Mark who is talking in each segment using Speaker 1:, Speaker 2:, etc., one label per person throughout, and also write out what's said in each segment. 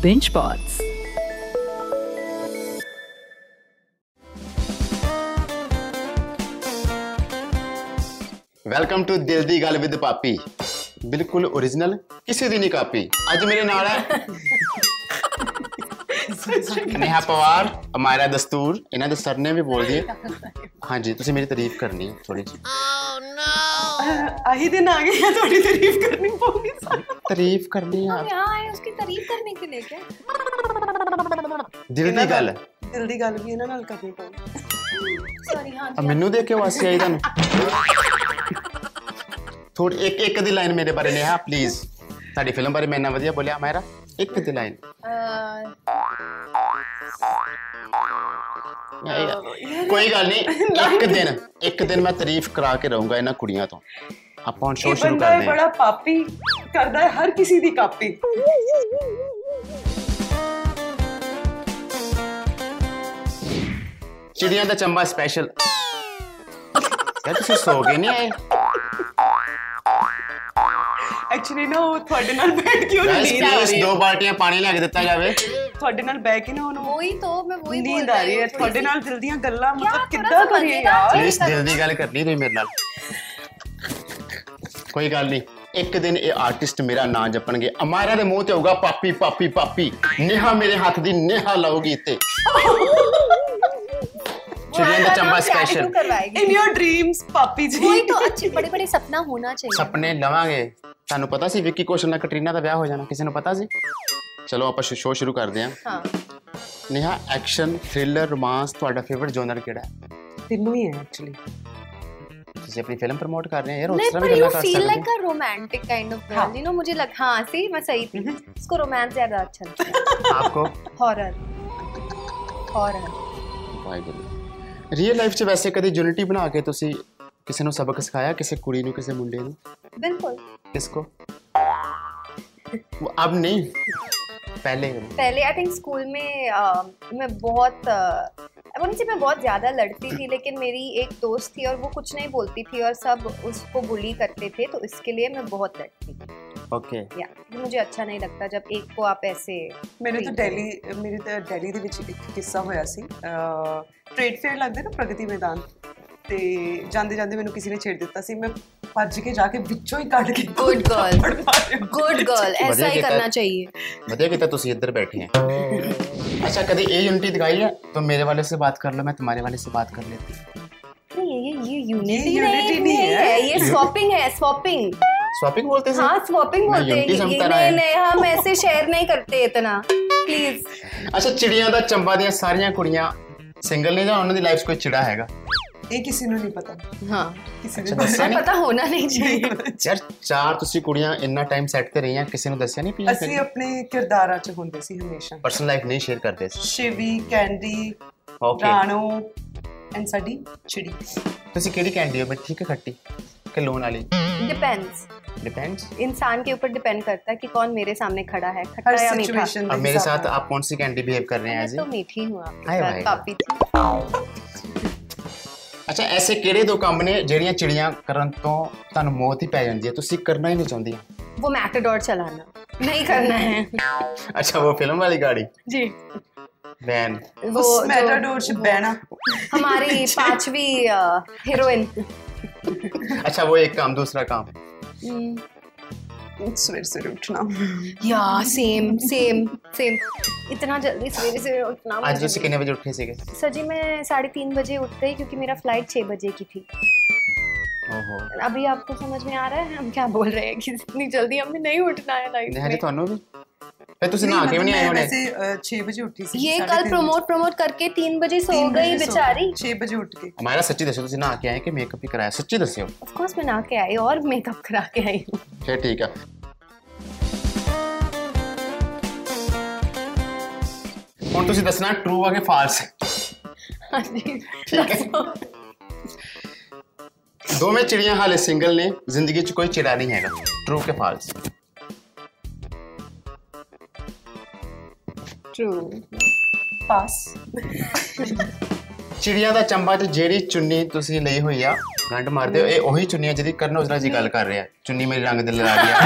Speaker 1: BingeBots.
Speaker 2: Welcome to ਦਿਲ ਦੀ ਗੱਲ ਵਿਦ ਪਾਪੀ ਬਿਲਕੁਲ origignal ਕਿਸੇ ਦੀ ਨਹੀਂ ਕਾਪੀ ਅੱਜ ਮੇਰੇ ਨਾਲ ਹੈ ਨੇਹਾ ਪਵਾਰ ਅਮਾਇਰਾ ਦਸਤੂਰ ਇਹਨਾਂ ਦੇ ਸਰਨੇ ਵੀ ਬੋਲਦੀ ਹੈ ਹਾਂਜੀ ਤੁਸੀਂ ਮੇਰੀ ਤਾਰੀਫ ਕਰਨੀ ਥੋੜੀ ਜਿਹੀ
Speaker 3: ਆਹੀ दिन आ गए हैं थोड़ी तारीफ करनी होगी सानू।
Speaker 2: ਤਾਰੀਫ ਕਰਨੀ ਆ
Speaker 4: हम यहाँ आए उसकी तारीफ करने के लिए क्या
Speaker 2: ਦਿਲ ਦੀ ਗੱਲ
Speaker 3: ਦਿਲ ਦੀ ਗੱਲ ਵੀ ਇਹਨਾਂ ਨਾਲ ਕਰਨੀ ਪਊ
Speaker 4: सॉरी हाँ
Speaker 2: ਆ ਮੈਨੂੰ ਦੇਖ ਕੇ ਵਾਸੀ ਆਈ ਤੁਹਾਨੂੰ ਥੋੜੀ ਇੱਕ ਇੱਕ ਦੀ ਲਾਈਨ ਮੇਰੇ ਬਾਰੇ ਨੇਹਾ ਪਲੀਜ਼ ਸਾਡੀ ਫਿਲਮ ਬਾਰੇ ਮੈਂ ਇੰਨਾ ਵਧੀਆ ਬੋਲਿਆ ਅਮਾਇਰਾ ਇੱਕ ਦੀ ਲਾਈਨ
Speaker 4: अ,
Speaker 2: ਕੋਈ ਗੱਲ ਨਹੀਂ ਇੱਕ ਦਿਨ ਇੱਕ ਦਿਨ ਮੈਂ ਤਾਰੀਫ ਕਰਾ ਕੇ ਰਹੂੰਗਾ ਇਹਨਾਂ ਕੁੜੀਆਂ ਤੋਂ ਆਪਾਂ ਹੁਣ ਸ਼ੋਅ
Speaker 3: ਇਹ
Speaker 2: ਸ਼ੁਰੂ
Speaker 3: ਬੰਦਾ
Speaker 2: ਕਰਦੇ
Speaker 3: ਇਹ
Speaker 2: ਹਾਂ
Speaker 3: ਬੜਾ ਪਾਪੀ ਕਰਦਾ ਹੈ ਹਰ ਕਿਸੇ ਦੀ ਕਾਪੀ
Speaker 2: ਚਿੜੀਆਂ ਦਾ ਚੰਬਾ ਸਪੈਸ਼ਲ ਯਾਰ ਤੁਸੀਂ ਸੋ ਗਏ ਨਹੀਂ ਆਏ
Speaker 3: ਐਕਚੁਅਲੀ ਨਾ ਉਹ ਤੁਹਾਡੇ ਨਾਲ ਬੈਠ ਕੇ ਉਹਨੂੰ
Speaker 2: ਗਾਇਸ
Speaker 3: ਨੀਂਦ ਆ ਰਹੀ
Speaker 2: ਪਲੀਜ਼
Speaker 3: ਹੈ
Speaker 2: ਦੋ ਬਾਲਟੀਆਂ ਪਾਣੀ ਲੈ ਕੇ ਦਿੱਤਾ ਜਾਵੇ
Speaker 3: ਤੁਹਾਡੇ ਨਾਲ ਬਹਿ ਕੇ ਨਾ ਉਹਨੂੰ
Speaker 4: वही तो मैं वही बोल
Speaker 3: ਨੀਂਦ ਆ ਰਹੀ
Speaker 4: रही
Speaker 3: ਹੈ
Speaker 4: हूँ
Speaker 3: ਤੁਹਾਡੇ ਨਾਲ ਦਿਲ ਦੀਆਂ ਗੱਲਾਂ ਮਤਲਬ
Speaker 4: ਥੋੜਾ
Speaker 3: ਕਿੱਦਾਂ
Speaker 4: ਸਮਝ
Speaker 3: ਕਰੀਏ
Speaker 4: ਨਹੀਂ ਆ
Speaker 3: ਯਾਰ
Speaker 4: ਰਹੀ।
Speaker 2: ਪਲੀਜ਼ ਦਿਲ ਦੀ ਗੱਲ ਕਰਨੀ ਤੁਸੀਂ ਮੇਰੇ ਨਾਲ ਕੋਈ ਗੱਲ ਨਹੀਂ ਇੱਕ ਦਿਨ ਇਹ ਆਰਟਿਸਟ ਮੇਰਾ ਨਾਂ ਜਪਣਗੇ ਅਮਾਇਰਾ ਦੇ ਮੂੰਹ ਤੇ ਹੋਊਗਾ ਪਾਪੀ ਪਾਪੀ ਪਾਪੀ ਨੇਹਾ ਮੇਰੇ ਹੱਥ ਦੀ ਨੇਹਾ ਲਾਉਗੀ ਇੱਥੇ ਚਿੜੀਆਂ ਦਾ ਚੰਬਾ ਸਪੈਸ਼ਲ
Speaker 4: करवाएगी
Speaker 3: ਇਨ ਯੋਰ ਡ੍ਰੀਮਸ ਪਾਪੀ
Speaker 4: वही
Speaker 3: ਜੀ
Speaker 4: तो अच्छे बड़े बड़े सपना होना चाहिए
Speaker 2: ਸੁਪਨੇ ਲਵਾਂਗੇ ਤੁਹਾਨੂੰ ਪਤਾ ਸੀ ਵਿੱਕੀ ਕੌਸ਼ਲ ਨਾਲ ਕੈਟਰੀਨਾ ਦਾ ਵਿਆਹ ਹੋ ਜਾਣਾ ਕਿਸੇ ਨੂੰ ਪਤਾ ਸੀ ਚਲੋ ਆਪਾਂ ਸ਼ੋਅ ਸ਼ੁਰੂ ਕਰਦੇ ਹਾਂ
Speaker 4: हाँ
Speaker 2: ਨੇਹਾ ਐਕਸ਼ਨ ਥ੍ਰਿਲਰ ਰੋਮਾਂਸ ਤੁਹਾਡਾ ਫੇਵਰਿਟ ਜੋਨਰ ਕਿਹੜਾ ਹੈ
Speaker 3: ਤੈਨੂੰ ਹੀ ਹੈ ਐਕਚੁਅਲੀ
Speaker 2: ਤੁਸੀਂ ਆਪਣੀ ਫਿਲਮ ਪ੍ਰਮੋਟ ਕਰ ਰਹੇ ਹੋ ਯਾਰ ਉਸ
Speaker 4: नहीं
Speaker 2: ਤਰ੍ਹਾਂ
Speaker 4: पर
Speaker 2: ਵੀ
Speaker 4: यू
Speaker 2: ਗੱਲਾਂ ਕਰ
Speaker 4: फील
Speaker 2: ਸਕਦੇ
Speaker 4: like a romantic kind of girl you know मुझे लग हाँ सी मैं सही थी इसको रोमांस ज्यादा अच्छा लगता है
Speaker 2: ਹੋ। ਆਪਕੋ
Speaker 4: horror horror
Speaker 2: Waheguru real life 'ਚ ਵੈਸੇ ਕਦੀ ਯੂਨਿਟੀ ਬਣਾ ਕੇ ਤੁਸੀਂ ਕਿਸੇ ਨੂੰ ਸਬਕ ਸਿਖਾਇਆ ਕਿਸੇ ਕੁੜੀ ਨੂੰ ਕਿਸੇ ਮੁੰਡੇ ਨੂੰ
Speaker 4: बिल्कुल
Speaker 2: ਕਿਸ ਕੋ ਅਬ ਨਹੀਂ ਪਹਿਲੇ ਕਰੋ।
Speaker 4: पहले आई थिंक स्कूल में अ, मैं बहुत आई वोंट से मैं बहुत ज़्यादा लड़ती थी लेकिन मेरी एक दोस्त थी और वो कुछ नहीं बोलती थी और सब उसको बुली करते थे तो इसके लिए मैं बहुत लड़ती थी
Speaker 2: ਓਕੇ
Speaker 4: या ये मुझे अच्छा नहीं लगता जब एक को आप ऐसे
Speaker 3: ਮੈਨੂੰ ਤਾਂ
Speaker 4: Please.
Speaker 3: ਦਿੱਲੀ ਮੇਰੇ ਤਾਂ ਦਿੱਲੀ ਦੇ ਵਿੱਚ ਇੱਕ ਕਿੱਸਾ ਹੋਇਆ ਸੀ ਟ੍ਰੇਡ ਫੇਅਰ ਲੱਗਦਾ ਨਾ ਪ੍ਰਗਤੀ ਮੈਦਾਨ ਤੇ ਜਾਂਦੇ ਜਾਂਦੇ ਮੈਨੂੰ ਕਿਸੇ ਨੇ ਛੇੜ ਦਿੱਤਾ ਸੀ ਮੈਂ ਭੱਜ ਕੇ ਜਾ ਕੇ ਵਿੱਚੋਂ ਹੀ ਕੱਢ ਕੇ
Speaker 4: Good girl.
Speaker 3: ਥੱਪੜ ਮਾਰਿਆ।
Speaker 4: गुड गर्ल
Speaker 2: अच्छा, बढ़िया
Speaker 4: ऐसा ही
Speaker 2: किया।
Speaker 4: करना चाहिए
Speaker 2: ਵਧੀਆ ਕੀਤਾ ਤੁਸੀਂ ਇੱਧਰ ਬੈਠੇ ਹੈ ਅੱਛਾ ਕਦੀ ਇਹ ਯੂਨਿਟੀ ਦਿਖਾਈ ਹੈ ਤੋ ਮੇਰੇ ਵਾਲੇ ਸੇ ਬਾਤ ਕਰ ਲਓ ਮੈਂ तुम्हारे वाले से बात कर लेती हूँ।
Speaker 4: नहीं ये ये ये यूनिटी
Speaker 3: ये unity
Speaker 4: नहीं,
Speaker 3: नहीं
Speaker 4: नहीं
Speaker 3: है।
Speaker 4: है ये स्वैपिंग है स्वैपिंग
Speaker 2: Swapping बोलते थे
Speaker 4: हाँ स्वैपिंग
Speaker 2: मैं
Speaker 4: बोलते हैं
Speaker 2: unity
Speaker 4: ये-
Speaker 2: समझता रहा है।
Speaker 4: नहीं नहीं हम ऐसे शेयर नहीं करते इतना प्लीज
Speaker 2: ਅੱਛਾ ਚਿੜੀਆਂ ਦਾ ਚੰਬਾ ਦੀਆਂ ਸਾਰੀਆਂ ਕੁੜੀਆਂ ਸਿੰਗਲ ਨੇ ਜਾਂ ਉਹਨਾਂ ਦੀ ਲਾਈਫ 'ਚ ਕੋਈ ਚਿੜਾ ਹੈਗਾ
Speaker 3: ਇਹ ਕਿਸੇ ਨੂੰ ਨਹੀਂ ਪਤਾ
Speaker 4: हाँ
Speaker 3: ਕਿਸੇ
Speaker 2: ਅੱਛਾ
Speaker 3: ਨੂੰ
Speaker 2: ਦੱਸਿਆ ਨਹੀਂ
Speaker 4: पता होना नहीं चाहिए
Speaker 2: ਯਾਰ ਚਾਰ ਤੁਸੀਂ ਕੁੜੀਆਂ ਇੰਨਾ ਟਾਈਮ ਸੈੱਟ ਤੇ ਰਹੀਆਂ ਕਿਸੇ ਨੂੰ ਦੱਸਿਆ ਨਹੀਂ ਪਈ
Speaker 3: ਅਸੀਂ ਆਪਣੇ ਕਿਰਦਾਰਾਂ 'ਚ ਹੁੰਦੇ ਸੀ ਹਮੇਸ਼ਾ
Speaker 2: ਪਰਸਨਲ ਲਾਈਫ ਨਹੀਂ ਸ਼ੇਅਰ ਕਰਦੇ ਸੀ
Speaker 3: Shivi candy
Speaker 2: okay
Speaker 3: Rano and ਸਾਡੀ ਛਿੜੀ
Speaker 2: ਤੁਸੀਂ ਕਿਹੜੀ ਕੈਂਡੀ ਹੋ ਮਿੱਠੀ ਕਿ ਖੱਟੀ ਕਿ ਲੂਣ ਵਾਲੀ
Speaker 4: डिपेंड्स
Speaker 2: ਡਿਪੈਂਡਸ
Speaker 4: इंसान के ऊपर डिपेंड करता है कि कौन मेरे सामने खड़ा है खट्टा
Speaker 3: ਹਰ
Speaker 4: या मीठा
Speaker 3: ਸਿਚੁਏਸ਼ਨ
Speaker 2: अब मेरे साथ आप कौन सी कैंडी बिहेव कर रहे हैं
Speaker 4: मैं
Speaker 2: आज
Speaker 4: तो मीठी हूँ आपके
Speaker 2: हाय
Speaker 4: साथ
Speaker 2: भाई।
Speaker 4: पापी
Speaker 2: ਅੱਛਾ ਐਸੇ ਕਿਹੜੇ ਦੋ ਕੰਮ ਨੇ ਜਿਹੜੀਆਂ ਚਿੜੀਆਂ ਕਰਨ ਤੋਂ ਤੁਹਾਨੂੰ ਮੌਤ ਹੀ ਪੈ ਜਾਂਦੀ ਹੈ ਤੁਸੀਂ ਕਰਨਾ ਹੀ ਨਹੀਂ ਚਾਹੁੰਦੀਆਂ
Speaker 4: वो मैटाडोर चलाना नहीं करना है
Speaker 2: ਅੱਛਾ ਉਹ ਫਿਲਮ ਵਾਲੀ ਗਾੜੀ
Speaker 4: जी
Speaker 2: ਵੈਨ
Speaker 4: वो
Speaker 3: ਉਸ
Speaker 4: जो-
Speaker 3: ਮੈਟਾਡੋਰ 'ਚ ਬਹਿਣਾ
Speaker 4: हमारी पांचवी हीरोइन
Speaker 2: ਅੱਛਾ ਉਹ ਇੱਕ ਕੰਮ ਦੂਸਰਾ ਕੰਮ हम्म।
Speaker 3: ਸਵੇਰ ਸਵੇਰ ਉੱਠਣਾ
Speaker 4: या सेम सेम सेम इतना जल्दी सवेरे सवेरे उठना
Speaker 2: ਅੱਜ ਤੁਸੀਂ
Speaker 4: मुझे-
Speaker 2: ਕਿੰਨੇ ਵਜੇ ਉੱਠੇ ਸੀਗੇ
Speaker 4: सर जी मैं साढ़े तीन बजे उठ गई क्योंकि मेरा फ्लाइट छः बजे की थी
Speaker 2: ਓਹੋ
Speaker 4: अभी आपको समझ में आ रहा है हम क्या बोल रहे हैं कि इतनी जल्दी हमने नहीं उठना है लाइफ
Speaker 2: ਨੇਹਾ
Speaker 4: में
Speaker 2: ਜੀ ਤੁਹਾਨੂੰ ਵੀ ਫਿਰ ਤੁਸੀਂ ਨਹਾ
Speaker 3: मतलब
Speaker 2: ਕੇ ਵੀ ਨਹੀਂ ਆਏ ਹੋਣੇ
Speaker 3: ਵੈਸੇ 6 ਵਜੇ ਉੱਠੀ ਸੀ
Speaker 4: ये कल प्रमोट प्रमोट करके तीन बजे सो गई बेचारी
Speaker 3: 6 ਵਜे ਉੱਠ ਕੇ
Speaker 2: ਹਮਾਰਾ ਸੱਚੀ ਦੱਸੋ ਤੁਸੀਂ ਨਹਾ ਕੇ ਆਏ ਕਿ ਮੇਕਅਪ ਹੀ ਕਰਾਇਆ ਸੱਚੀ ਦੱਸਿਓ
Speaker 4: ऑफ कोर्स मैं नहा के आई और मेकअप करा के आई हूँ
Speaker 2: ਫਿਰ ਠੀਕ ਆ ਹੁਣ ਤੁਸੀਂ ਦੱਸਣਾ ਟਰੂ ਆ ਕਿ ਫਾਲਸ
Speaker 4: हाँ जी
Speaker 2: ठीक है।
Speaker 4: दसो।
Speaker 2: ਦੋਵੇਂ ਚਿੜੀਆਂ ਹਾਲੇ ਸਿੰਗਲ ਨੇ ਜ਼ਿੰਦਗੀ 'ਚ ਕੋਈ ਚਿੜਾ ਨਹੀਂ ਹੈਗਾ ਟਰੂ ਕਿ ਫਾਲਸ
Speaker 3: ਪਾਸ
Speaker 2: ਚਿੜੀਆਂ ਦਾ ਚੰਬਾ 'ਚ ਜਿਹੜੀ ਚੁੰਨੀ ਤੁਸੀਂ ਲਈ ਹੋਈ ਆ ਗੰਢ ਮਾਰਦੇ ਹੋ ਇਹ ਉਹੀ ਚੁੰਨੀ ਹੈ ਜਿਹਦੀ ਕਰਨ ਔਜਲਾ ਜੀ ਗੱਲ ਕਰ ਰਿਹਾ ਹੈ। ਚੁੰਨੀ ਮੇਰੇ ਰੰਗ ਦੇ ਲੜਾ ਗਿਆ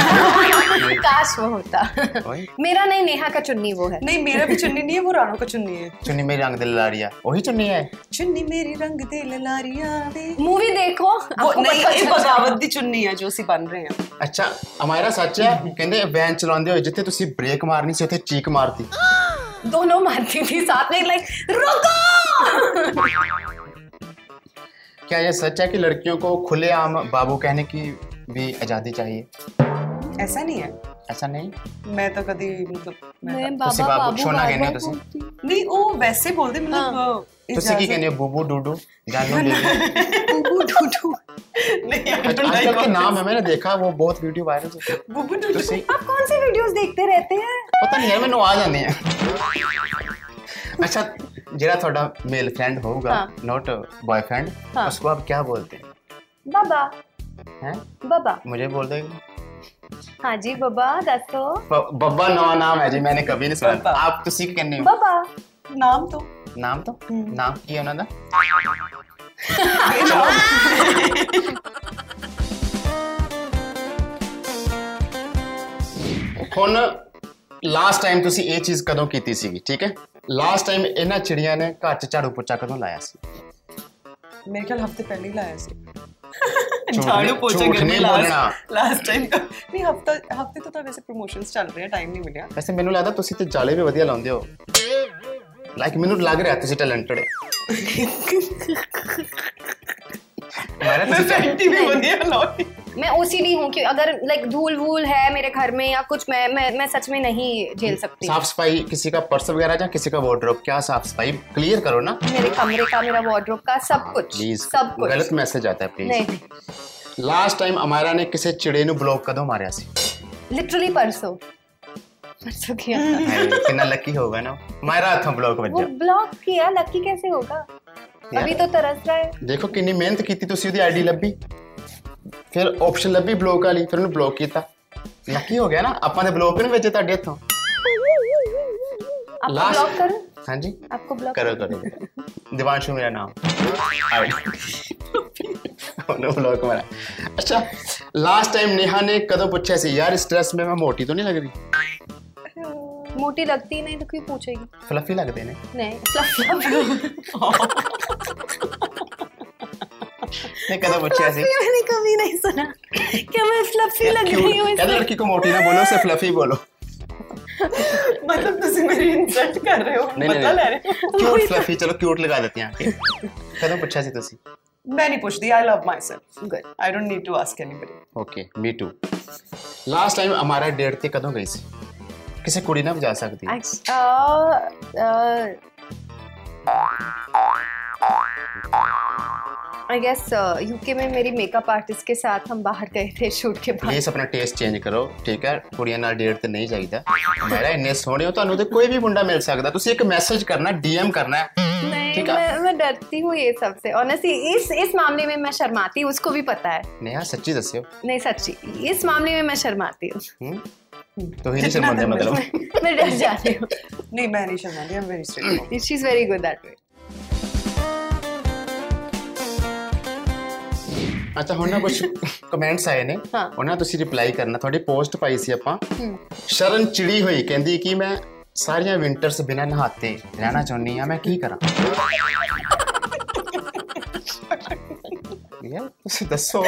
Speaker 4: काश वो होता
Speaker 2: ओए।
Speaker 4: मेरा नहीं नेहा का चुन्नी वो है
Speaker 3: नहीं मेरा भी चुन्नी नहीं है वो रानू का चुन्नी है
Speaker 2: ਚੁੰਨੀ ਮੇਰੇ ਰੰਗ ਦੇ ਲੜਾ ਰਿਹਾ ਉਹੀ ਚੁੰਨੀ ਹੈ
Speaker 3: ਚੁੰਨੀ ਮੇਰੀ ਰੰਗ ਦੇ ਲਲਾਰੀਆਂ ਦੇ
Speaker 4: मूवी देखो
Speaker 3: वो
Speaker 4: आपको
Speaker 3: नहीं
Speaker 4: पता
Speaker 3: ये
Speaker 4: चल-
Speaker 3: बगावत दी चुन्नी है जो ਅਸੀਂ ਬਣ ਰਹੇ ਹਾਂ
Speaker 2: ਅੱਛਾ ਅਮਾਇਰਾ ਸੱਚ ਹੈ ਕਹਿੰਦੇ ਵੈਨ ਚਲਾਉਂਦੇ ਹੋਏ ਜਿੱਥੇ ਤੁਸੀਂ ਬ੍ਰੇਕ ਮਾਰਨੀ ਸੀ ਉੱਥੇ ਚੀਕ ਮਾਰਤੀ
Speaker 4: दोनों मारती थी साथ में लाइक रुको
Speaker 2: क्या ये सच है कि लड़कियों को खुलेआम बाबू कहने की भी आज़ादी चाहिए
Speaker 3: ਐਸਾ ਨਹੀਂ ਹੈ
Speaker 2: ऐसा नहीं
Speaker 3: ਮੈਂ ਤਾਂ ਕਦੀ ਮਤਲਬ ਮੈਂ
Speaker 4: मैं
Speaker 2: तुसी
Speaker 4: बाबा
Speaker 2: बाबू
Speaker 4: बाबू
Speaker 2: सोना कहने
Speaker 4: बाबा
Speaker 2: तुसी।
Speaker 4: बोलती।
Speaker 3: ਨਹੀਂ ਉਹ ਵੈਸੇ ਬੋਲਦੇ
Speaker 4: हाँ।
Speaker 3: ਮਤਲਬ
Speaker 2: तुसी तो की कहने हो, बूबू डूडू जानू लीली
Speaker 3: ਬੂਬੂ ਡੂਡੂ ਨਹੀਂ I don't
Speaker 2: आजकल
Speaker 3: like
Speaker 2: के
Speaker 3: all
Speaker 2: नाम तो है
Speaker 3: this.
Speaker 2: मैंने देखा वो बहुत वीडियो वायरल होते हैं।
Speaker 3: ਬੂਬੂ ਡੂਡੂ
Speaker 2: तुसी
Speaker 4: आप कौन से वीडियोस देखते रहते हैं
Speaker 2: पता नहीं है मैंने आ जाने हैं अच्छा जरा थोड़ा मेल फ्रेंड होगा
Speaker 4: हाँ।
Speaker 2: नॉट बॉयफ्रेंड
Speaker 4: हाँ।
Speaker 2: उसको आप क्या बोलते हैं
Speaker 4: बाबा
Speaker 2: हैं
Speaker 4: बाबा
Speaker 2: मुझे बोलते हैं
Speaker 4: हाँ जी बाबा दसो
Speaker 2: ब- बब्बा नवा नाम है जी मैंने कभी नहीं सुना
Speaker 3: बब्बा।
Speaker 2: आप तुसी के कहने हो
Speaker 4: बाबा
Speaker 3: ਨਾਮ ਤੋਂ
Speaker 2: नाम तो
Speaker 4: हम्म।
Speaker 2: नाम की है उन्होंने ਹੁਣ ਲਾਸਟ ਟਾਈਮ ਤੁਸੀਂ ਇਹ ਚੀਜ਼ ਕਦੋਂ ਕੀਤੀ ਸੀਗੀ ਠੀਕ ਹੈ ਲਾਸਟ ਟਾਈਮ ਇਹਨਾਂ ਚਿੜੀਆਂ ਨੇ ਘਰ 'ਚ ਝਾੜੂ ਪੋਚਾ ਕਦੋਂ ਲਾਇਆ ਸੀ
Speaker 3: ਮੇਰੇ ਖਿਆਲ ਹਫਤੇ ਪਹਿਲੇ ਹੀ ਲਾਇਆ ਸੀ
Speaker 2: ਝੂਠ
Speaker 3: ਝਾੜੂ
Speaker 2: ਨਹੀਂ-
Speaker 3: ਪੋਚਾ
Speaker 2: ਝੂਠ
Speaker 3: ਕਰਨੇ
Speaker 2: ਨਹੀਂ ਬੋਲਣਾ।
Speaker 3: ਲਾਸਟ ਲਾਸਟ ਟਾਈਮ ਤਾਂ ਨਹੀਂ ਹਫਤਾ ਹਫਤੇ
Speaker 4: तो
Speaker 3: ਤੋਂ ਤਾਂ ਵੈਸੇ ਪ੍ਰੋਮੋਸ਼ਨਸ ਚੱਲ ਰਹੇ ਆ ਟਾਈਮ ਨਹੀਂ ਮਿਲਿਆ
Speaker 2: ਵੈਸੇ ਮੈਨੂੰ ਲੱਗਦਾ ਤੁਸੀਂ ਤੇ ਜਾਲੇ ਵੀ ਵਧੀਆ ਲਾਉਂਦੇ ਹੋ ਲਾਈਕ ਮੈਨੂੰ ਲੱਗ ਰਿਹਾ ਤੁਸੀਂ ਟੈਲੈਂਟਡ ਹੈ ਮਾਰਾ
Speaker 3: ਮੈਂ
Speaker 2: ਤੁਸੀਂ
Speaker 3: ਫੈਂਟੀ ਵੀ ਵਧੀਆ ਲਾਉਂਦੀ
Speaker 4: मैं ओसीडी हूँ कि अगर लाइक धूल वूल है मेरे घर में या कुछ मैं मैं, मैं सच में नहीं झेल सकती
Speaker 2: साफ सफाई किसी का पर्स वगैरह या किसी का वार्डरोब क्या साफ सफाई क्लियर करो ना
Speaker 4: मेरे कमरे का मेरा वार्डरोब का सब कुछ
Speaker 2: प्लीज
Speaker 4: सब कुछ
Speaker 2: गलत मैसेज आता है
Speaker 4: नहीं
Speaker 2: प्लीज ਲਾਸਟ ਟਾਈਮ ਅਮਾਇਰਾ ਨੇ ਕਿਸੇ ਚਿੜੇ ਨੂੰ ਬਲੌਕ ਕਦੋਂ ਮਾਰਿਆ ਸੀ
Speaker 4: लिटरली परसों परसों किया था।
Speaker 2: ਕਿੰਨਾ ਲੱਕੀ ਹੋਗਾ ਨਾ ਮਾਇਰਾ ਹੱਥੋਂ ਬਲੌਕ
Speaker 4: वो
Speaker 2: ਵੱਜਾ
Speaker 4: ब्लॉक किया लकी कैसे होगा
Speaker 2: यार।
Speaker 4: अभी तो तरस रहा है
Speaker 2: ਦੇਖੋ ਕਿੰਨੀ ਮਿਹਨਤ ਕੀਤੀ ਤੁਸੀਂ ਉਹਦੀ ਆਈਡੀ ਲੱਭੀ ਫਿਰ ਆਪਸ਼ਨ ਲੱਭੀ ਬਲੌਕ ਵਾਲੀ ਫਿਰ ਉਹਨੂੰ ਬਲੌਕ ਕੀਤਾ ਲੱਕੀ ਹੋ ਗਿਆ ਨਾ ਆਪਾਂ ਨੇ ਬਲੌਕ ਨਹੀਂ ਵੇਚੇ ਤੁਹਾਡੇ ਹੱਥੋਂ
Speaker 4: आपको
Speaker 2: Last-
Speaker 4: ब्लॉक करूं
Speaker 2: ਹਾਂਜੀ
Speaker 4: आपको ब्लॉक
Speaker 2: हाँ करो करो दिवांशु मेरा नाम ਉਹਨੇ ਬਲੌਕ ਮਾਰਾ ਅੱਛਾ ਲਾਸਟ ਟਾਈਮ ਨੇਹਾ ਨੇ ਕਦੋਂ ਪੁੱਛਿਆ ਸੀ ਯਾਰ ਸਟ੍ਰੈਸ ਮੈਂ ਮੈਂ ਮੋਟੀ ਤਾਂ ਨਹੀਂ ਲੱਗਦੀ
Speaker 4: मोटी लगती ही नहीं तो क्यों पूछेगी
Speaker 2: ਫਲਫੀ ਲੱਗਦੇ ਨੇ
Speaker 4: नहीं fluff- fluff-
Speaker 2: ਨੇ ਕਦੋਂ ਪੁੱਛਿਆ ਸੀ
Speaker 4: ये मैंने कभी नहीं सुना क्या मैं फ्लफी लग रही हूँ
Speaker 2: ਕਹਿੰਦੇ ਲੜਕੀ ਕੋ ਮੋਟੀ ਨਾ ਬੋਲੋ ਸੇ ਫਲਫੀ ਬੋलो
Speaker 3: ਮਤਲਬ ਤੁਸੀਂ ਮੇਰੀ ਇਨਸਲਟ ਕਰ ਰਹੇ ਹੋ
Speaker 2: ਨਹੀਂ ਨਹੀਂ
Speaker 3: ਪਤਾ ਲੈ ਰਹੇ ਹੋ।
Speaker 2: ਕਿਊਟ ਫਲਫੀ ਚਲੋ ਕਿਊਟ ਲਗਾ ਦਿੰਦੇ ਆ ਕਦੋਂ ਪੁੱਛਿਆ ਸੀ ਤੁਸੀਂ
Speaker 3: ਮੈਂ ਨਹੀਂ ਪੁੱਛਦੀ I love myself
Speaker 4: good
Speaker 3: I don't need to ask anybody
Speaker 2: okay me too last time ਹਮਾਰਾ ਡੇਟ ਤੇ ਕਦੋਂ ਗਈ ਸੀ ਕਿਸੇ ਕੁੜੀ ਨਾਲ ਵਜਾ ਸਕਦੀ ਹੈ।
Speaker 4: आई गेस यूके uh, में मेरी मेकअप आर्टिस्ट के साथ हम बाहर गए थे शूट के बाद
Speaker 2: ਪਲੀਜ਼ ਆਪਣਾ ਟੇਸਟ ਚੇਂਜ ਕਰੋ ਠੀਕ ਹੈ ਕੁੜੀਆਂ ਨਾਲ ਡੇਟ ਤੇ ਨਹੀਂ ਜਾਈਦਾ ਮੇਰਾ ਇੰਨੇ ਸੋਹਣੇ ਹੋ ਤੁਹਾਨੂੰ ਤੇ ਕੋਈ ਵੀ ਮੁੰਡਾ ਮਿਲ ਸਕਦਾ ਤੁਸੀਂ ਇੱਕ ਮੈਸੇਜ ਕਰਨਾ ਡੀਐਮ ਕਰਨਾ ਹੈ।
Speaker 4: नहीं
Speaker 2: ठीक है।
Speaker 4: मैं मैं डरती हूँ ये सब से ऑनेस्टली इस इस मामले में मैं शर्माती हूँ उसको भी पता है
Speaker 2: ਨੇਹਾ ਸੱਚੀ ਦੱਸਿਓ
Speaker 4: नहीं सच्ची इस मामले में मैं शर्माती हूँ
Speaker 2: ਹੂੰ ਤੁਸੀਂ ਨਹੀਂ ਸ਼ਰਮਾਉਂਦੇ ਮਤਲਬ
Speaker 4: मैं डर जाती हूँ
Speaker 3: ਨਹੀਂ ਮੈਂ ਨਹੀਂ ਸ਼ਰਮਾਉਂਦੀ ਆਮ very straight
Speaker 4: she is very good that way
Speaker 2: ਅੱਛਾ ਹੁਣ ਨਾ ਕੁਝ ਕਮੈਂਟਸ ਆਏ ਨੇ
Speaker 4: ਹਾਂ।
Speaker 2: ਉਹਨਾਂ ਤੁਸੀਂ ਰਿਪਲਾਈ ਕਰਨਾ ਤੁਹਾਡੀ ਪੋਸਟ ਪਾਈ ਸੀ ਆਪਾਂ ਸ਼ਰਨ ਚਿੜੀ ਹੋਈ ਕਹਿੰਦੀ ਕਿ ਮੈਂ ਸਾਰੀਆਂ ਵਿੰਟਰਸ ਬਿਨਾਂ ਨਹਾਤੇ ਰਹਿਣਾ ਚਾਹੁੰਦੀ ਆ ਮੈਂ ਕੀ ਕਰਾਂ ਯਾਰ ਤੁਸੀਂ ਦੱਸੋ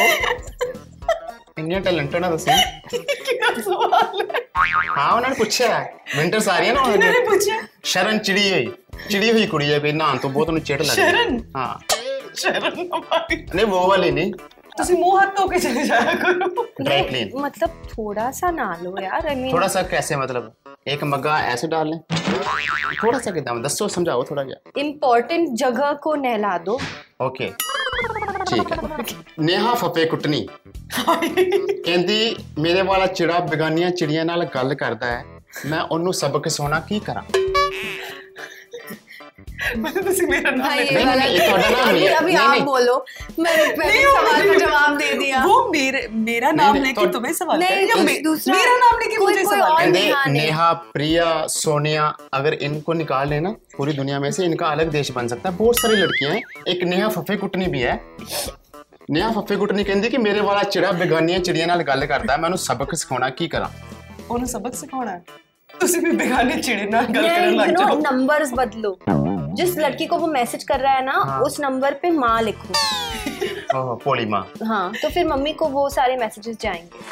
Speaker 2: ਇੰਨੇ ਟੈਲੈਂਟਡ ਨਾ ਤੁਸੀਂ
Speaker 3: ਕਿਹੜਾ ਸਵਾਲ ਹੈ
Speaker 2: ਹਾਂ ਉਹਨਾਂ ਨੇ ਪੁੱਛਿਆ ਵਿੰਟਰਸ ਆ ਰਹੀਆਂ ਨਾ ਉਹਨਾਂ
Speaker 3: ਇਹਨਾਂ
Speaker 2: ਦੀਆਂ।
Speaker 3: ਨੇ ਪੁੱਛਿਆ
Speaker 2: ਸ਼ਰਨ ਚਿੜੀ ਹੋਈ ਚਿੜੀ ਹੋਈ ਕੁੜੀ ਹੈ ਵੀ ਨਹਾਉਣ ਤੋਂ ਬਹੁਤ ਉਹਨੂੰ ਚਿੜ ਲੱਗਦੀ ਹੈ।
Speaker 3: ਸ਼ਰਨ?
Speaker 2: ਹਾਂ
Speaker 3: ਸ਼ਰਨ ਹਮਾਰੀ
Speaker 2: ਨਹੀਂ ਉਹ ਵਾਲੀ ਨਹੀਂ
Speaker 3: ਤੁਸੀਂ ਮੂੰਹ ਹੱਥ ਧੋ ਕੇ ਚਲੇ ਜਾਇਆ ਕਰੋ
Speaker 2: ड्राई
Speaker 4: ये
Speaker 2: क्लीन
Speaker 4: मतलब थोड़ा सा ना लो यार आई मीन
Speaker 2: थोड़ा सा कैसे मतलब एक मग्गा ऐसे डाल लें थोड़ा सा कितना दसो समझाओ थोड़ा क्या
Speaker 4: इम्पोर्टेंट जगह को नहला दो
Speaker 2: ओके ठीक है नेहा ਫੱਪੇ ਕੁੱਟਣੀ ਕਹਿੰਦੀ ਮੇਰੇ ਵਾਲਾ ਚਿੜਾ ਬੇਗਾਨੀਆਂ ਚਿੜੀਆਂ ਨਾਲ ਗੱਲ ਕਰਦਾ ਹੈ ਮੈਂ ਉਹਨੂੰ ਸਬਕ ਸੋਣਾ ਕੀ ਕਰਾਂ
Speaker 3: ਮੈਨੂੰ ਤੁਸੀਂ ਮੇਰਾ ਨਾਮ
Speaker 4: भाई
Speaker 3: ਲੈ
Speaker 4: हाँ, ये
Speaker 2: नहीं,
Speaker 4: वाला
Speaker 2: नहीं, ये थोड़ा ना
Speaker 4: अभी
Speaker 2: लिया।
Speaker 4: अभी
Speaker 2: नहीं,
Speaker 4: आप
Speaker 2: नहीं।
Speaker 4: बोलो मैंने मैंने सवाल का जवाब दे दिया
Speaker 3: वो मेरे मेरा नाम
Speaker 2: नहीं,
Speaker 3: लेके
Speaker 2: तो-
Speaker 3: तुम्हें सवाल
Speaker 4: नहीं,
Speaker 3: करें या
Speaker 4: दूस-
Speaker 3: मे-
Speaker 4: दूसरा-
Speaker 3: मेरा नाम लेके
Speaker 4: कोई-
Speaker 3: मुझे
Speaker 4: कोई
Speaker 3: सवाल
Speaker 4: और-
Speaker 3: करें?
Speaker 2: ਕਹਿੰਦੇ
Speaker 4: नेहा ने।
Speaker 2: ਨੇਹਾ ਪ੍ਰਿਆ ਸੋਨੀਆ ਅਗਰ ਇਨਕੋ ਨਿਕਾਲ लेना पूरी दुनिया में से इनका अलग देश बन सकता है बहुत सारी लड़कियां हैं एक नेहा फफे कुटनी भी है ਨੇਹਾ ਫੱਫੇ ਕੁੱਟਣੀ ਕਹਿੰਦੀ ਕਿ ਮੇਰੇ ਵਾਲਾ ਚਿੜਾ ਬੇਗਾਨੀਆਂ ਚਿੜੀਆਂ ਨਾਲ ਗੱਲ ਕਰਦਾ ਮੈਂ ਉਹਨੂੰ ਸਬਕ ਸਿਖਾਉਣਾ ਕੀ ਕਰਾਂ
Speaker 3: ਉਹਨੂੰ ਸਬਕ ਸਿਖਾਉਣਾ ਹੈ। ਤੁਸੀਂ ਵੀ ਬੇਗਾਨੇ ਚਿੜੇ ਨਾਲ ਗੱਲ ਕਰਨ
Speaker 1: यू
Speaker 3: ਲੱਗ
Speaker 1: नो
Speaker 3: ਜਾਓ
Speaker 1: नंबर्स बदलो जिस लड़की को वो मैसेज कर रहा है ना
Speaker 2: हाँ।
Speaker 1: उस नंबर पे माँ लिखो
Speaker 2: ਓਹ ਭੋਲੀ ਮਾਂ
Speaker 1: हाँ तो फिर मम्मी को वो सारे मैसेजेस जाएंगे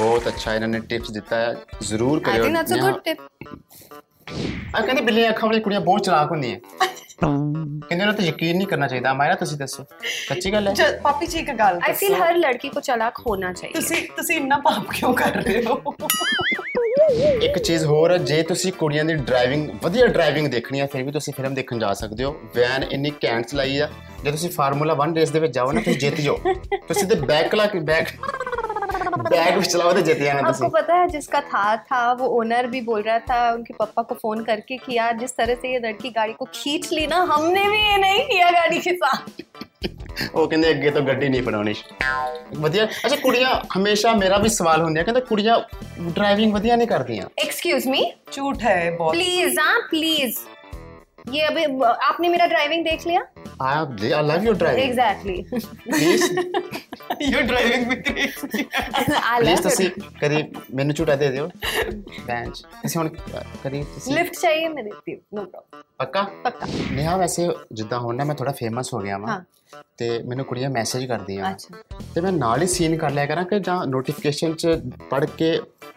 Speaker 2: ਬਹੁਤ ਅੱਛਾ ਇਹਨਾਂ ਨੇ ਟਿਪਸ ਦਿੱਤਾ ਹੈ ਜ਼ਰੂਰ
Speaker 4: आई
Speaker 2: ਕਰਿਓ
Speaker 4: think that's a
Speaker 2: Neha.
Speaker 4: Good tip
Speaker 2: ਆ ਕਹਿੰਦੇ ਬਿੱਲੀਆਂ ਅੱਖਾਂ ਵਾਲੀ ਕੁੜੀਆਂ ਬਹੁਤ ਚਲਾਕ ਹੁੰਦੀਆਂ ਕਹਿੰਦੇ ਉਹਨਾਂ ਤੇ ਯਕੀਨ ਨਹੀਂ ਕਰਨਾ ਚਾਹੀਦਾ ਮਾਇਰਾ ਤੁਸੀਂ ਦੱਸੋ ਸੱਚੀ ਗੱਲ ਹੈ
Speaker 3: ਚੱਲ, ਪਾਪੀ ਜੀ ਇੱਕ ਗੱਲ
Speaker 1: आई फील
Speaker 3: ਦੱਸੋ।
Speaker 1: हर लड़की को चालाक होना चाहिए
Speaker 3: ਤੁਸੀਂ ਤੁਸੀਂ ਇੰਨਾ ਪਾਪ ਕਿਉਂ ਕਰ ਰਹੇ ਹੋ
Speaker 2: ਇੱਕ ਚੀਜ਼ ਹੋਰ ਹੈ ਜੇ ਤੁਸੀਂ ਕੁੜੀਆਂ ਦੀ ਡਰਾਈਵਿੰਗ ਵਧੀਆ ਡਰਾਈਵਿੰਗ ਦੇਖਣੀ ਹੈ ਫਿਰ ਵੀ ਤੁਸੀਂ ਫਿਲਮ ਦੇਖਣ ਜਾ ਸਕਦੇ ਹੋ ਵੈਨ ਇੰਨੀ ਕੈਂਟ ਚਲਾਈ ਆ ਜੇ ਤੁਸੀਂ ਫਾਰਮੂਲਾ 1 ਰੇਸ ਦੇ ਵਿੱਚ ਜਾਓ ਨਾ ਤੁਸੀਂ ਜਿੱਤ ਜਾਓ ਤੁਸੀਂ ਤੇ ਬੈਕ ਲਾ ਕੇ ਬੈਕ ਬੈਕ ਵਿੱਚ ਚਲਾਓ ਤੇ ਜਿੱਤ ਜਾਣਾ
Speaker 4: आपको
Speaker 2: ਤੁਸੀਂ
Speaker 4: पता है तो जिसका था था वो ओनर भी बोल रहा था उनके पापा को फोन करके कि यार जिस तरह से ये लड़की गाड़ी को खींच ली ना हमने भी ये नहीं किया गाड़ी के साथ
Speaker 2: ਉਹ ਕਹਿੰਦੇ ਅੱਗੇ ਤੋਂ ਗੱਡੀ ਨਹੀਂ ਫੜਾਉਣੀ ਵਧੀਆ ਅੱਛਾ ਕੁੜੀਆਂ ਹਮੇਸ਼ਾ ਮੇਰਾ ਵੀ ਸਵਾਲ ਹੁੰਦਾ ਕਹਿੰਦਾ ਕੁੜੀਆਂ ਡਰਾਈਵਿੰਗ ਵਧੀਆ ਨਹੀਂ ਕਰਦੀਆਂ
Speaker 4: एक्सक्यूज मी
Speaker 3: ਝੂਠ है ये बहुत
Speaker 4: प्लीज हाँ प्लीज ये अभी आपने मेरा ड्राइविंग देख लिया
Speaker 2: ਆਈ ਆਈ ਲਵ ਯੂਰ
Speaker 4: हाँ
Speaker 2: driving
Speaker 4: exactly
Speaker 2: please
Speaker 3: you driving with crazy
Speaker 4: तो
Speaker 2: ਪਲੀਜ਼ ਤੁਸੀਂ ਕਦੀ ਮੈਨੂੰ ਝੂਟਾ ਦੇ ਦਿਓ ਬੈਂਚ ਤੁਸੀਂ ਹੁਣ ਕਦੀ ਤੁਸੀਂ
Speaker 4: लिफ्ट चाहिए मैं देती हूँ नो प्रॉब्लम
Speaker 2: ਪੱਕਾ
Speaker 4: पक्का
Speaker 2: ਨੇਹਾ ਵੈਸੇ ਜਿੱਦਾਂ ਹੁਣ ਨਾ ਮੈਂ ਥੋੜਾ ਫੇਮਸ ਹੋ ਗਿਆ ਵਾਂ
Speaker 4: हाँ
Speaker 2: ਤੇ ਮੈਨੂੰ ਕੁੜੀਆਂ ਮੈਸੇਜ ਕਰਦੀਆਂ
Speaker 4: अच्छा
Speaker 2: ਤੇ ਮੈਂ ਨਾਲ ਹੀ ਸੀਨ ਕਰ ਲਿਆ ਕਰਾਂ ਕਿ ਜਾਂ ਨੋਟੀਫਿਕੇਸ਼ਨ ਚ ਪੜ ਕੇ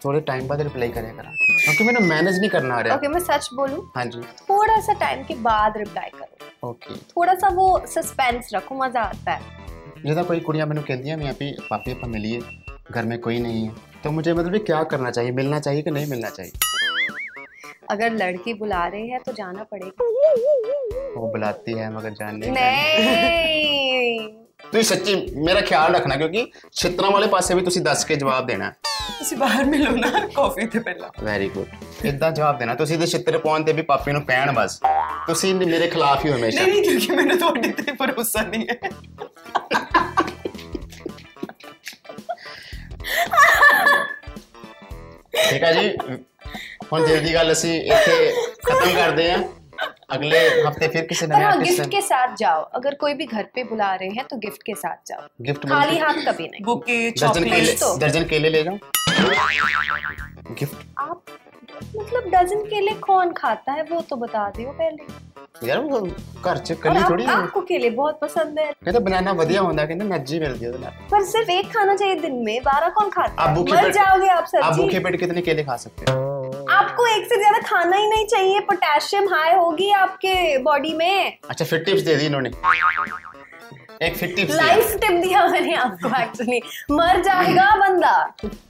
Speaker 2: ਥੋੜੇ ਟਾਈਮ ਬਾਅਦ ਰਿਪਲਾਈ ਕਰਿਆ ਕਰਾਂ ਕਿਉਂਕਿ ਮੈਨੂੰ ਮੈਨੇਜ ਨਹੀਂ ਕਰਨਾ ਆ ਰਿਹਾ
Speaker 4: ओके मैं सच बोलूं
Speaker 2: ਹਾਂਜੀ
Speaker 4: थोड़ा सा टाइम के बाद रिप्लाई करो
Speaker 2: ਓਕੇ
Speaker 4: थोड़ा सा वो सस्पेंस रखो मजा आता है
Speaker 2: ਜਦੋਂ ਕੋਈ ਕੁੜੀਆਂ ਮੈਨੂੰ ਕਹਿੰਦੀਆਂ ਵੀ ਆਪੀ ਪਾਪੀ ਆਪਾਂ ਮਿਲੀਏ ਘਰ ਮੇ ਕੋਈ ਨਹੀਂ ਹੈ ਤਾਂ मुझे मतलब कि क्या करना चाहिए मिलना चाहिए कि नहीं मिलना चाहिए
Speaker 4: अगर लड़की बुला रहे हैं तो जाना पड़ेगा
Speaker 2: वो बुलाती है मगर जान नहीं देती।
Speaker 4: नहीं
Speaker 2: ਤੁਸੀਂ ਸੱਚੀ ਮੇਰਾ ਖਿਆਲ ਰੱਖਣਾ ਕਿਉਂਕਿ ਛਿੱਤਰਾਂ ਵਾਲੇ ਪਾਸੇ ਵੀ ਤੁਸੀਂ ਦੱਸ ਕੇ ਜਵਾਬ ਦੇਣਾ
Speaker 3: ਤੁਸੀਂ ਬਾਹਰ ਮਿਲੋ ਨਾ ਕਾਫੀ ਤੇ ਪਹਿਲਾਂ
Speaker 2: ਵੈਰੀ ਗੁੱਡ ਇਦਾਂ ਜਵਾਬ ਦੇਣਾ ਤੁਸੀਂ ਤੇ ਛਿੱਤਰ ਪਾਉਣ ਤੇ ਵੀ ਪਾਪੀ ਨੂੰ ਪੈਣ ਬਸ ਤੁਸੀਂ ਨੀ- ਮੇਰੇ ਖਿਲਾਫ ਹੀ ਹੋ ਹਮੇਸ਼ਾ
Speaker 3: ਨਹੀਂ ਨਹੀਂ ਕਿਉਂਕਿ ਮੈਨੂੰ ਤੁਹਾਡੇ ਤੇ ਭਰੋਸਾ ਨਹੀਂ ਹੈ
Speaker 2: ਠੀਕ ਹੈ ਜੀ ਹੁਣ ਦਿਲ ਦੀ ਗੱਲ ਅਸੀਂ ਇੱਥੇ ਖਤਮ ਕਰਦੇ ਹਾਂ ਅਗਲੇ ਹਫਤੇ ਫਿਰ ਕਿਸੇ
Speaker 4: पर
Speaker 2: ਨਵੇਂ
Speaker 4: हाँ
Speaker 2: ਆਰਟਿਸਟ
Speaker 4: गिफ्ट के साथ जाओ अगर कोई भी घर पे बुला रहे हैं तो गिफ्ट के साथ जाओ
Speaker 2: गिफ्ट
Speaker 4: खाली हाथ कभी नहीं
Speaker 3: बुके
Speaker 2: दर्जन केले
Speaker 3: चॉकलेट्स
Speaker 4: तो।
Speaker 2: दर्जन केले ले जाओ गिफ्ट
Speaker 4: आप मतलब डजन केले कौन खाता है वो तो बता दियो पहले
Speaker 2: ਯਾਰ ਉਹ ਘਰ ਚ
Speaker 4: और
Speaker 2: ਕੱਲੀ
Speaker 4: आप-
Speaker 2: ਥੋੜੀ
Speaker 4: आपको केले बहुत पसंद है
Speaker 2: ਕਹਿੰਦਾ ਬਨਾਨਾ ਵਧੀਆ ਹੁੰਦਾ ਕਹਿੰਦਾ ਨੱਜੀ ਮਿਲਦੀ ਉਹਦੇ ਨਾਲ
Speaker 4: पर सिर्फ एक खाना चाहिए दिन में बारह कौन खाता
Speaker 2: आप
Speaker 4: है
Speaker 2: भूखे
Speaker 4: मर
Speaker 2: पेट-
Speaker 4: जाओगे आप सर
Speaker 2: आप
Speaker 4: जी
Speaker 2: भूखे पेट कितने केले खा सकते हो
Speaker 4: आपको एक से ज्यादा खाना ही नहीं चाहिए पोटेशियम हाई होगी आपके बॉडी में
Speaker 2: अच्छा फिर टिप्स दे दी इन्होंने एक फिर टिप्स
Speaker 4: लाइफ टिप दिया मैंने आपको एक्चुअली मर जाएगा बंदा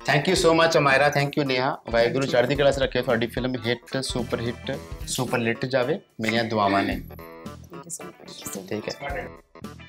Speaker 2: thank you so much Amaira thank you Neha Waheguru ਚੜ੍ਹਦੀ ਕਲਾ 'ਚ ਰੱਖਿਓ ਤੁਹਾਡੀ film hit super hit super lit ਜਾਵੇ ਮੇਰੀਆਂ ਦੁਆਵਾਂ ਨੇ
Speaker 3: थैंक यू सो मच
Speaker 2: ਠੀਕ ਹੈ